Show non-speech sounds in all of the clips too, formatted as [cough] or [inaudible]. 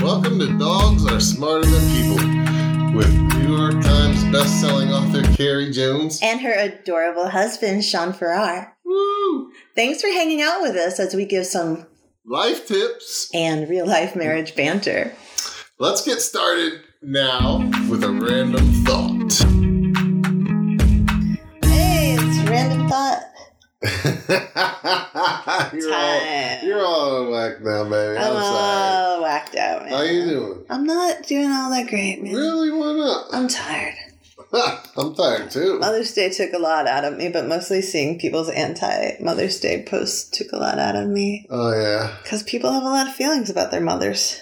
Welcome to Dogs Are Smarter Than People with New York Times best-selling author Carrie Jones. and her adorable husband, Sean Farrar. Woo! Thanks for hanging out with us as we give some Life tips. and real life marriage banter. Let's get started now with a random thought. [laughs] Hey, it's random thought you're, all, time. you're all on whack now, baby. I'm I'm sorry. all whacked out, man. How you doing? I'm not doing all that great, man. Really? Why I'm tired. not? [laughs] I'm tired too. Mother's Day took a lot out of me, but mostly seeing people's anti Mother's Day posts took a lot out of me. Oh yeah. Because people have a lot of feelings about their mothers.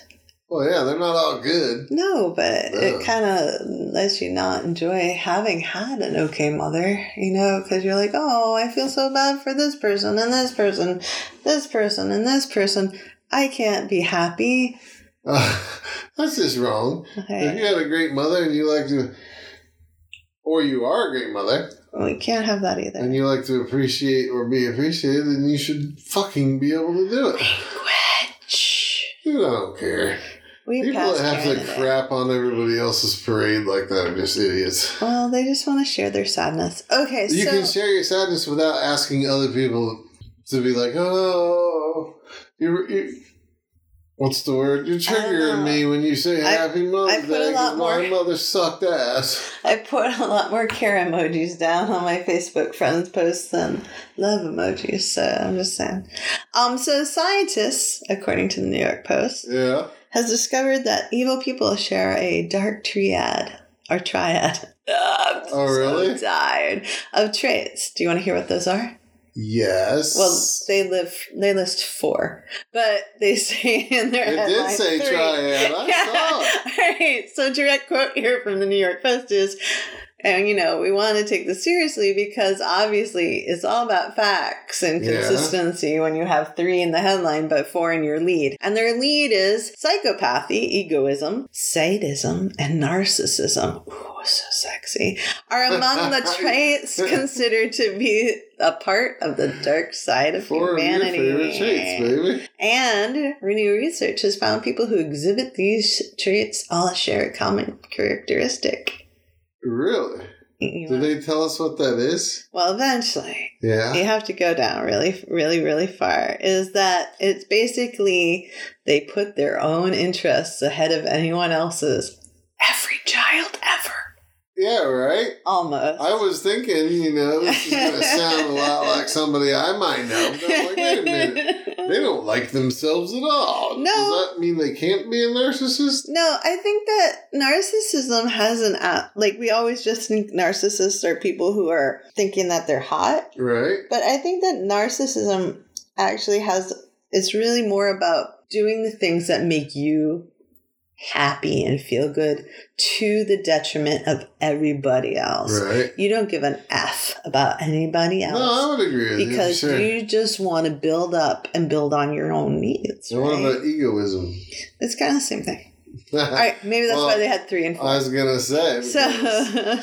Well, yeah, they're not all good. [laughs] No, but Yeah. it kind of lets you not enjoy having had an okay mother, you know, because you're like, oh, I feel so bad for this person and this person, this person and this person. I can't be happy. that's just wrong. If Okay. you had a great mother and you like to, or you are a great mother We can't have that either. and you like to appreciate or be appreciated, then you should fucking be able to do it. Shh. You don't care. We People passed that have Karen to today. crap on everybody else's parade like that are just idiots. Well, they just want to share their sadness. Okay, You so can share your sadness without asking other people to be like, oh, you're. you What's the word? You're don't triggering know. me when you say I- Happy I Mother's put a Day lot 'cause my more- mother sucked ass. I put a lot more care emojis down on my Facebook friends posts than love emojis, so I'm just saying. Um, so scientists, according to the New York Post, Yeah. has discovered that evil people share a dark triad or triad. [laughs] Ugh, I'm Oh, really? So tired of traits. Do you want to hear what those are? Yes. Well, they live. They list four, but they [laughs] say in their [laughs] It did headline say three. triad. [laughs] I saw All right. So direct quote here from the New York Post is, and you know we want to take this seriously because obviously it's all about facts and Yeah. consistency when you have three in the headline but four in your lead, and their lead is psychopathy, egoism, sadism, and narcissism. Ooh, so sexy. Are [laughs] among the traits considered to be a part of the dark side of Four of your humanity. favorite traits, baby. And new research has found people who exhibit these traits all share a common characteristic. Really? You Do know- they Ah. tell us what that is? Well, eventually, Yeah. you have to go down really, really, really far. Is that it's basically they put their own interests ahead of anyone else's. Every child ever. Yeah, right? Almost. I was thinking, you know, this is going [laughs] to sound a lot like somebody I might know. But I'm like, wait a minute. [laughs] They don't like themselves at all. No. Does that mean they can't be a narcissist? No, I think that narcissism has an out. Like, we always just think narcissists are people who are thinking that they're hot. Right? But I think that narcissism actually has, it's really more about doing the things that make you happy and feel good to the detriment of everybody else. Right. You don't give an F about anybody else. No, I would agree with because you. for Sure. you just want to build up and build on your own needs. And what right? about egoism? [laughs] it's kind of the same thing. All right, maybe that's Well, why they had three and four. I was going to say. [laughs] because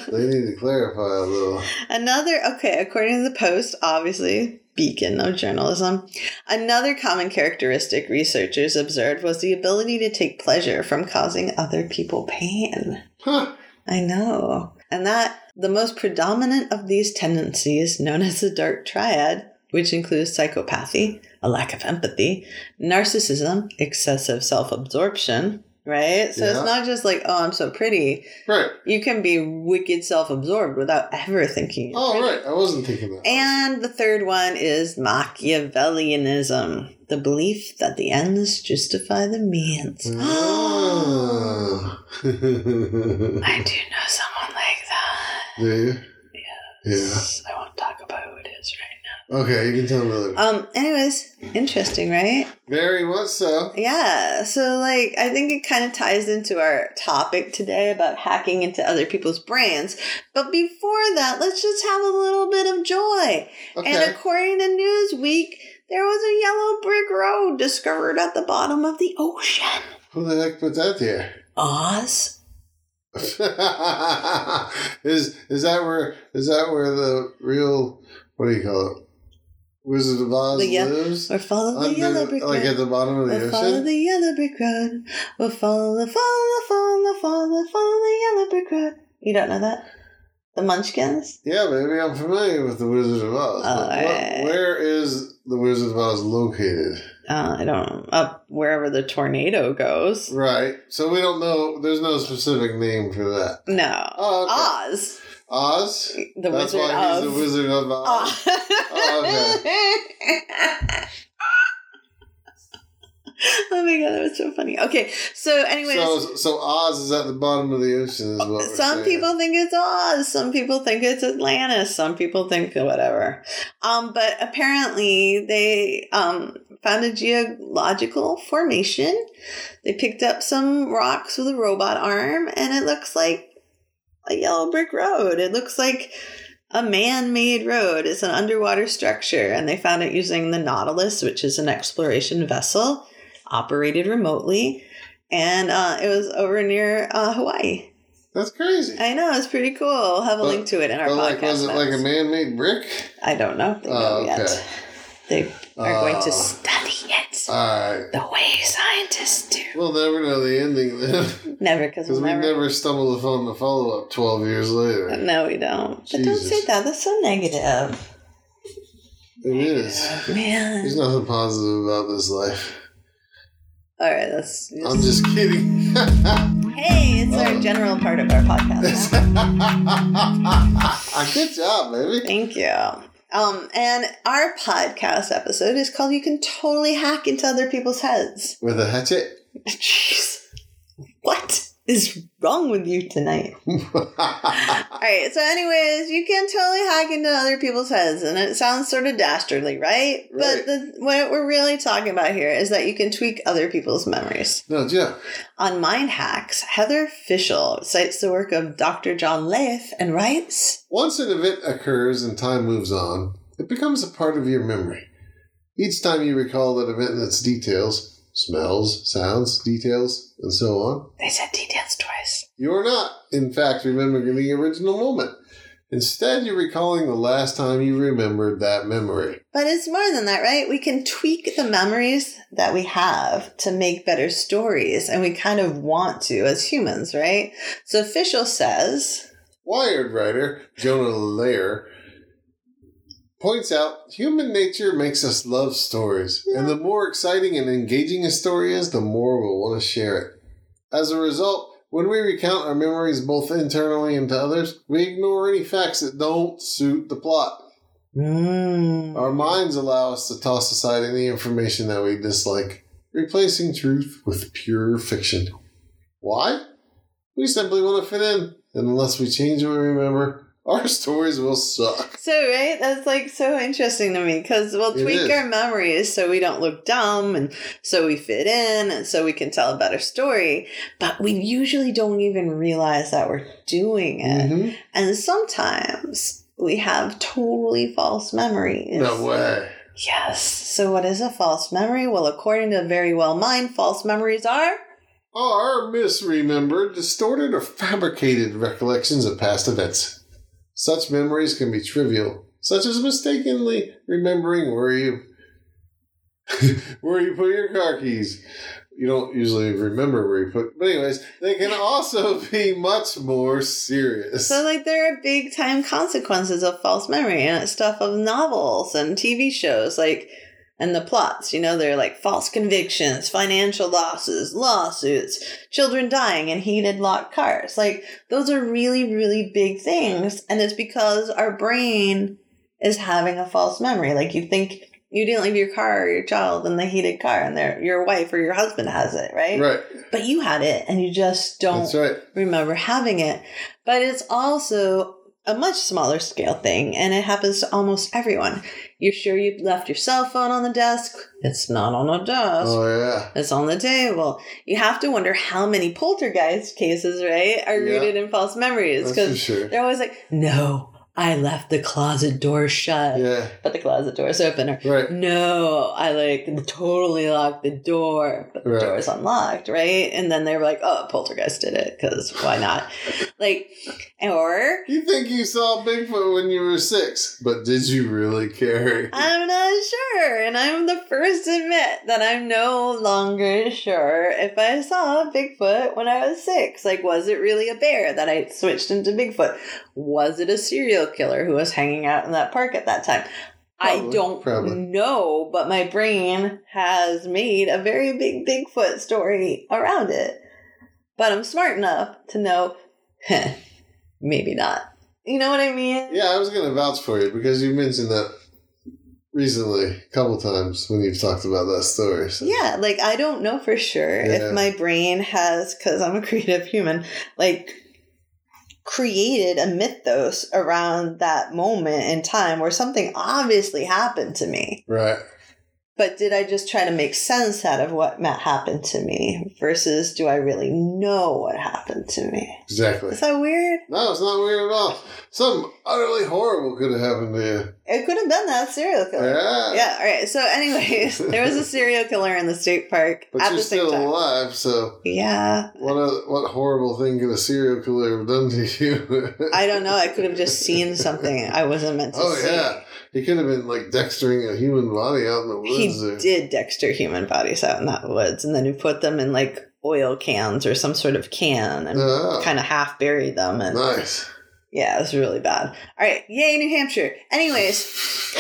so They need to clarify a little. Another, okay, according to the Post, obviously, beacon of journalism, another common characteristic researchers observed was the ability to take pleasure from causing other people pain. Huh. I know. And that the most predominant of these tendencies, known as the dark triad, which includes psychopathy, a lack of empathy, narcissism, excessive self absorption, right? So Yeah. it's not just like, oh, I'm so pretty. Right. You can be wicked self absorbed without ever thinking. you're Oh, pretty. right. I wasn't thinking that. And the third one is Machiavellianism, the belief that the ends justify the means. Ah. [gasps] I do know someone like that. Do you? Yeah. I won't talk about who it is right Okay, you can tell me later. now. Um, anyways, interesting, right? Very much so. Yeah. So like I think it kind of ties into our topic today about hacking into other people's brains. But before that, let's just have a little bit of joy. And Okay. according to Newsweek, there was a yellow brick road discovered at the bottom of the ocean. Who the heck put that there? [laughs] Oz? is is that where is that where the real what do you call it? Wizard of Oz The ye- lives. Or follow the under- yellow brick like at road. Uh, the bottom of the We'll follow ocean. the yellow brick road. We'll follow the follow the follow the follow the follow the yellow brick road. You don't know that? The Munchkins? yeah, baby, I'm familiar with the Wizard of Oz. All What- right. Where is the Wizard of Oz located? Uh, I don't know. Up wherever the tornado goes. Right. So we don't know. There's no specific name for that. No. Oh, okay. Oz. Oz. Ah. The That's Wizard why of Ah. he's the Wizard of Oz. Oz. Oh, [laughs] Oh my god, that was so funny. Okay, so anyways, so, so Oz is at the bottom of the ocean. Is what we're some saying. people think it's Oz, some people think it's Atlantis, some people think whatever. Um, but apparently they um, found a geological formation. They picked up some rocks with a robot arm, and it looks like a yellow brick road. It looks like a man-made road. It's an underwater structure, and they found it using the Nautilus, which is an exploration vessel operated remotely. And uh, it was over near uh, Hawaii. That's crazy. I know it's pretty cool. I'll have a But- link to it in our But like, podcast. was it like a notes. man-made brick? I don't know. They Oh, know yet. okay. uh, They are going Oh. to study it All right. the way scientists do. We'll never know the ending then, [laughs] Never, because because we'll we never. Um, never stumbled upon the follow-up twelve years later. No, we don't. But don't Jesus. say that. That's so negative. It is. Man. There's nothing positive about this life. All right, that's. I'm just [laughs] kidding. [laughs] Hey, it's our general part of our podcast. [laughs] now. Good job, baby. Thank you. Um, and our podcast episode is called "You Can Totally Hack into Other People's Heads." [laughs] With a hatchet. Jeez, what is wrong with you tonight? [laughs] All right. So, anyways, you can totally hack into other people's heads, and it sounds sort of dastardly, right? But Right. the, what we're really talking about here is that you can tweak other people's memories. no joke. On Mind Hacks, Heather Fishel cites the work of Dr. John Leif and writes, Once an event occurs and time moves on, it becomes a part of your memory. Each time you recall that event and its details, smells, sounds, details, and so on, "They said details twice." you are not, in fact, remembering the original moment. Instead, you're recalling the last time you remembered that memory. But it's more than that, right? We can tweak the memories that we have to make better stories, and we kind of want to as humans, right? So Fishel says, Wired writer Jonah Lair points out human nature makes us love stories, and the more exciting and engaging a story is, the more we'll want to share it. As a result, when we recount our memories both internally and to others, we ignore any facts that don't suit the plot. mm. Our minds allow us to toss aside any information that we dislike, replacing truth with pure fiction. Why? We simply want to fit in, and unless we change what we remember, [laughs] our stories will suck. So right, that's like so interesting to me because we'll It tweak is. our memories so we don't look dumb and so we fit in and so we can tell a better story, but we usually don't even realize that we're doing it. Mhm. And sometimes we have totally false memories. No way. Yes. So what is a false memory? Well, according to Very Well Mind, false memories are Are misremembered, distorted, or fabricated recollections of past events. Such memories can be trivial, such as mistakenly remembering where you [laughs] where you put your car keys. You don't usually remember where you put but anyways, they can also [laughs] be much more serious. So, like, there are big time consequences of false memory, and it's stuff of novels and TV shows, like, and the plots. You know, they're like false convictions, financial losses, lawsuits, children dying in heated locked cars. Like, those are really, really big things, and it's because our brain is having a false memory. Like, you think you didn't leave your car or your child in the heated car, and their your wife or your husband has it, right? Right. But you had it, and you just don't That's right. remember having it. But it's also a much smaller scale thing, and it happens to almost everyone. You're sure you left your cell phone on the desk? It's not on a desk. Oh yeah. It's on the table. You have to wonder how many poltergeist cases, right, are Yeah. rooted in false memories That's for because sure. they're always like, no, I left the closet door shut, Yeah. but the closet door is open. Or, Right. no, I like totally locked the door, but the Right. door is unlocked, right? And then they were like, oh, Poltergeist did it, because why not? like, or You think you saw Bigfoot when you were six, but did you really care? I'm not sure. And I'm the first to admit that I'm no longer sure if I saw Bigfoot when I was six. Like, was it really a bear that I switched into Bigfoot? Was it a serial killer who was hanging out in that park at that time? I Probably. don't Probably. know, but my brain has made a very big Bigfoot story around it. But I'm smart enough to know, [laughs] "Heh, maybe not. You know what I mean? Yeah, I was gonna vouch for you because you mentioned that recently, a couple times when you've talked about that story. so- Yeah, like I don't know for sure Yeah. if my brain has, because I'm a creative human, like created a mythos around that moment in time where something obviously happened to me. Right. But did I just try to make sense out of what ma- happened to me versus do I really know what happened to me? Exactly. Is that weird? No, it's not weird at all. Something utterly horrible could have happened to you. It could have been that serial killer. Yeah. Yeah, all right. So, anyways, [laughs] there was a serial killer in the state park But at you're the same still time. alive, so Yeah. what a, what horrible thing could a serial killer have done to you? [laughs] I don't know. I could have just seen something I wasn't meant to [laughs] Oh see. yeah, he could have been like dextering a human body out in the He woods. or- did Dexter human bodies out in that woods, and then he put them in like oil cans or some sort of can and Oh, kind of half buried them. And nice. yeah, it was really bad. All right, yay, New Hampshire. Anyways,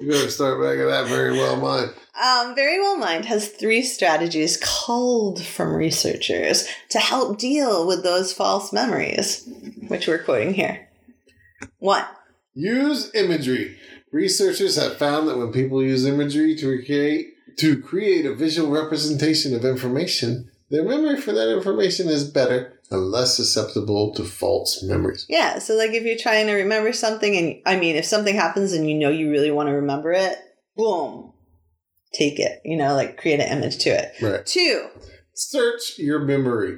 You better start back at that very well, mine. um, Very Well Mind has three strategies culled from researchers to help deal with those false memories, which we're quoting here. One, Use imagery. Researchers have found that when people use imagery to create to create a visual representation of information, their memory for that information is better and less susceptible to false memories. Yeah, so like if you're trying to remember something, and I mean, if something happens and you know you really want to remember it, boom, take it, you know, like create an image to it. Right. Two, Search your memory.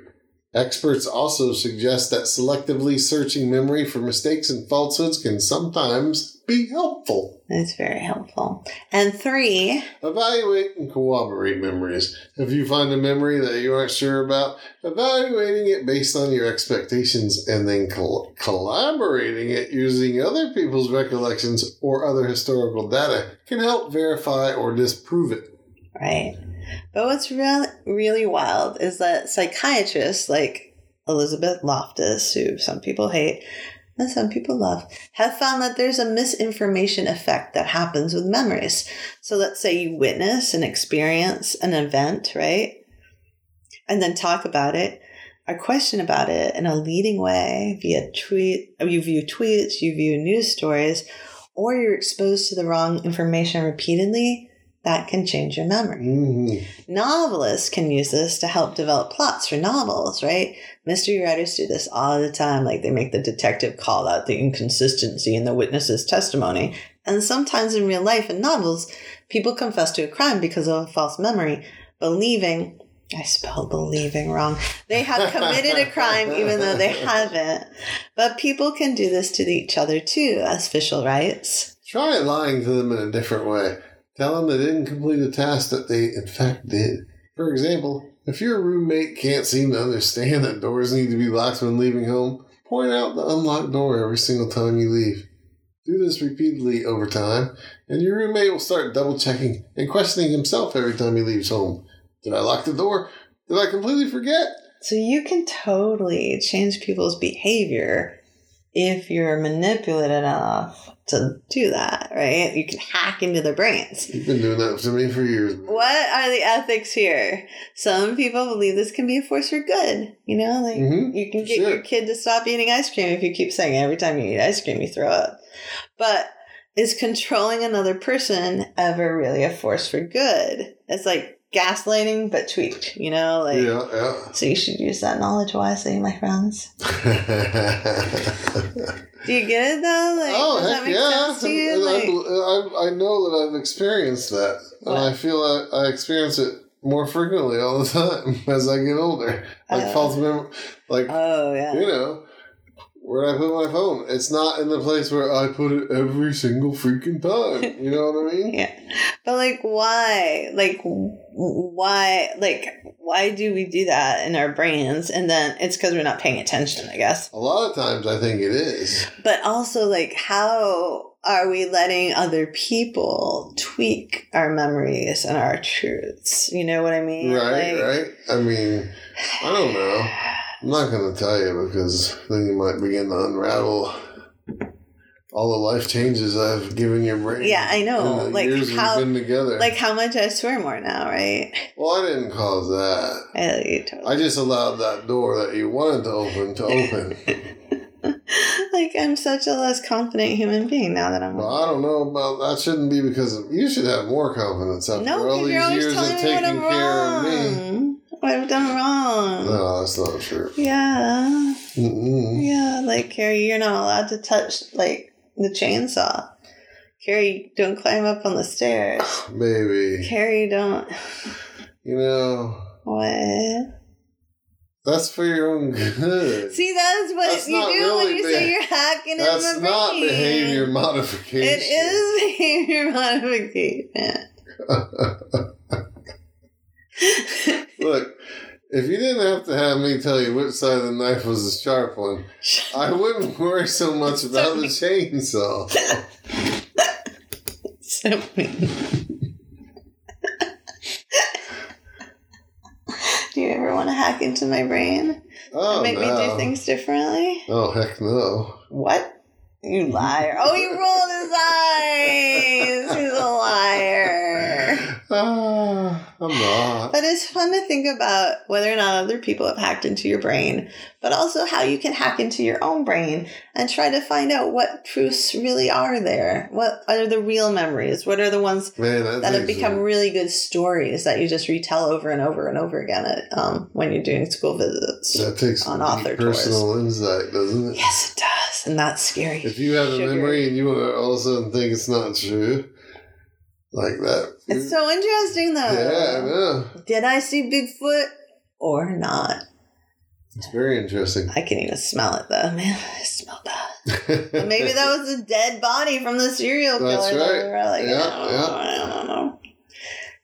Experts also suggest that selectively searching memory for mistakes and falsehoods can sometimes be helpful. that's very helpful. And three, Evaluate and corroborate memories. If you find a memory that you aren't sure about, evaluating it based on your expectations and then col- collaborating it using other people's recollections or other historical data can help verify or disprove it. right? But what's really, really wild is that psychiatrists like Elizabeth Loftus, who some people hate and some people love, have found that there's a misinformation effect that happens with memories. So let's say you witness and experience an event, right? And then talk about it or question about it in a leading way via tweet, you view tweets, you view news stories, or you're exposed to the wrong information repeatedly, that can change your memory. Mm-hmm. Novelists can use this to help develop plots for novels, right? Mystery writers do this all the time. Like they make the detective call out the inconsistency in the witness's testimony. And sometimes in real life, in novels, people confess to a crime because of a false memory, believing, I spelled believing wrong, they have committed a crime even though they haven't. But people can do this to each other too, as Fischel writes. Try lying to them in a different way. Tell them they didn't complete a task that they, in fact, did. For example, if your roommate can't seem to understand that doors need to be locked when leaving home, point out the unlocked door every single time you leave. Do this repeatedly over time, and your roommate will start double checking and questioning himself every time he leaves home. Did I lock the door? Did I completely forget? So you can totally change people's behavior if you're manipulative enough to do that, right? You can hack into their brains. You've been doing that to me for years. man. What are the ethics here? Some people believe this can be a force for good. You know, like Mhm, you can get sure. your kid to stop eating ice cream if you keep saying every time you eat ice cream you throw up. But is controlling another person ever really a force for good? It's like gaslighting but tweaked, you know, like Yeah, yeah. so you should use that knowledge wisely, my friends. [laughs] Do you get it though? Like, oh, does heck that make yeah. sense to you? And I Like, bel- I, I, know that I've experienced that. What? And I feel I, I experience it more frequently all [laughs] the time as I get older. Like Uh. false memory. Like, oh yeah. you know, Where would I put my phone? It's not in the place where I put it every single freaking time. You know what I mean? [laughs] Yeah. But like why? Like w- why like why do we do that in our brains and then it's cuz we're not paying attention, I guess. A lot of times I think it is. But also like how are we letting other people tweak our memories and our truths? You know what I mean? Right, Like- right. I mean, I don't know. I'm not going to tell you because then you might begin to unravel all the life changes I've given your brain. Yeah, I know. in the Like, years how- we've been together. Like how much I swear more now, right? well, I didn't cause that. I, you totally- I just allowed that door that you wanted to open to [laughs] open. like I'm such a less confident human being now that I'm Well, I don't know about that. Shouldn't be because of, you should have more confidence after no, all 'cause these you're always years of telling me what I'm taking care of me. wrong. What I've done wrong. No, that's not true. Yeah, Mm-mm. yeah. Like Carrie, you're not allowed to touch like the chainsaw. Carrie, don't climb up on the stairs. [sighs] Baby, Carrie, don't. you know What? that's for your own good. See, that's what That's you not do really when you beh- say you're hacking that's in my not brain. behavior modification. It is [laughs] behavior modification. Look, if you didn't have to have me tell you which side of the knife was the sharp one, I wouldn't [laughs] worry so much about the [laughs] chainsaw. so mean. do you ever want to hack into my brain? Oh Make me do no! things differently? oh heck no! What? You liar. Oh, he rolled his eyes. He's a liar. Ah, I'm not. But it's fun to think about whether or not other people have hacked into your brain, but also how you can hack into your own brain and try to find out what truths really are there. What are the real memories? What are the ones Man, that, that have thing's become really good stories that you just retell over and over and over again at, um, when you're doing school visits? That takes on deep author tours. personal insight, doesn't it? Yes, it does. And that's scary. If you have Sugar. a memory and you want to all of a sudden think it's not true, like that. It's uh, so interesting, though. yeah, I know. Did I see Bigfoot or not? It's very interesting. I can even smell it though. Man, I smell that. [laughs] But maybe that was a dead body from the serial killer. That's that we right. were like, Yeah, I don't know, I don't know.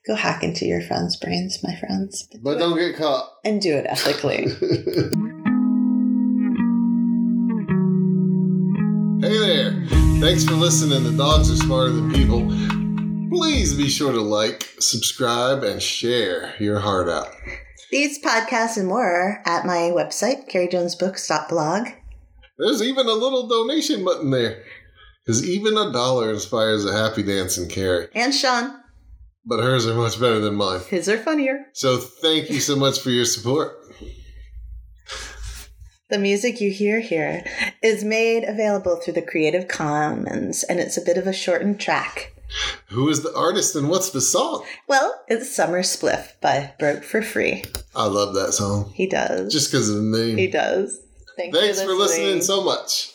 Go hack into your friends' brains, my friends. [laughs] But don't get caught. [laughs] And do it ethically. Hey there! Thanks for listening to Dogs Are Smarter Than People. Please be sure to like, subscribe, and share your heart out. These podcasts and more are at my website, carriejonesbooks.blog. There's even a little donation button there. Because even a dollar inspires a happy dance in Carrie. And Sean, But hers are much better than mine. his are funnier. So thank you so much for your support. The music you hear here is made available through the Creative Commons, and it's a bit of a shortened track. Who is the artist and what's the song? Well, it's Summer Spliff by Broke for Free. I love that song. He does. Just because of the he name. does. Thanks for listening so much.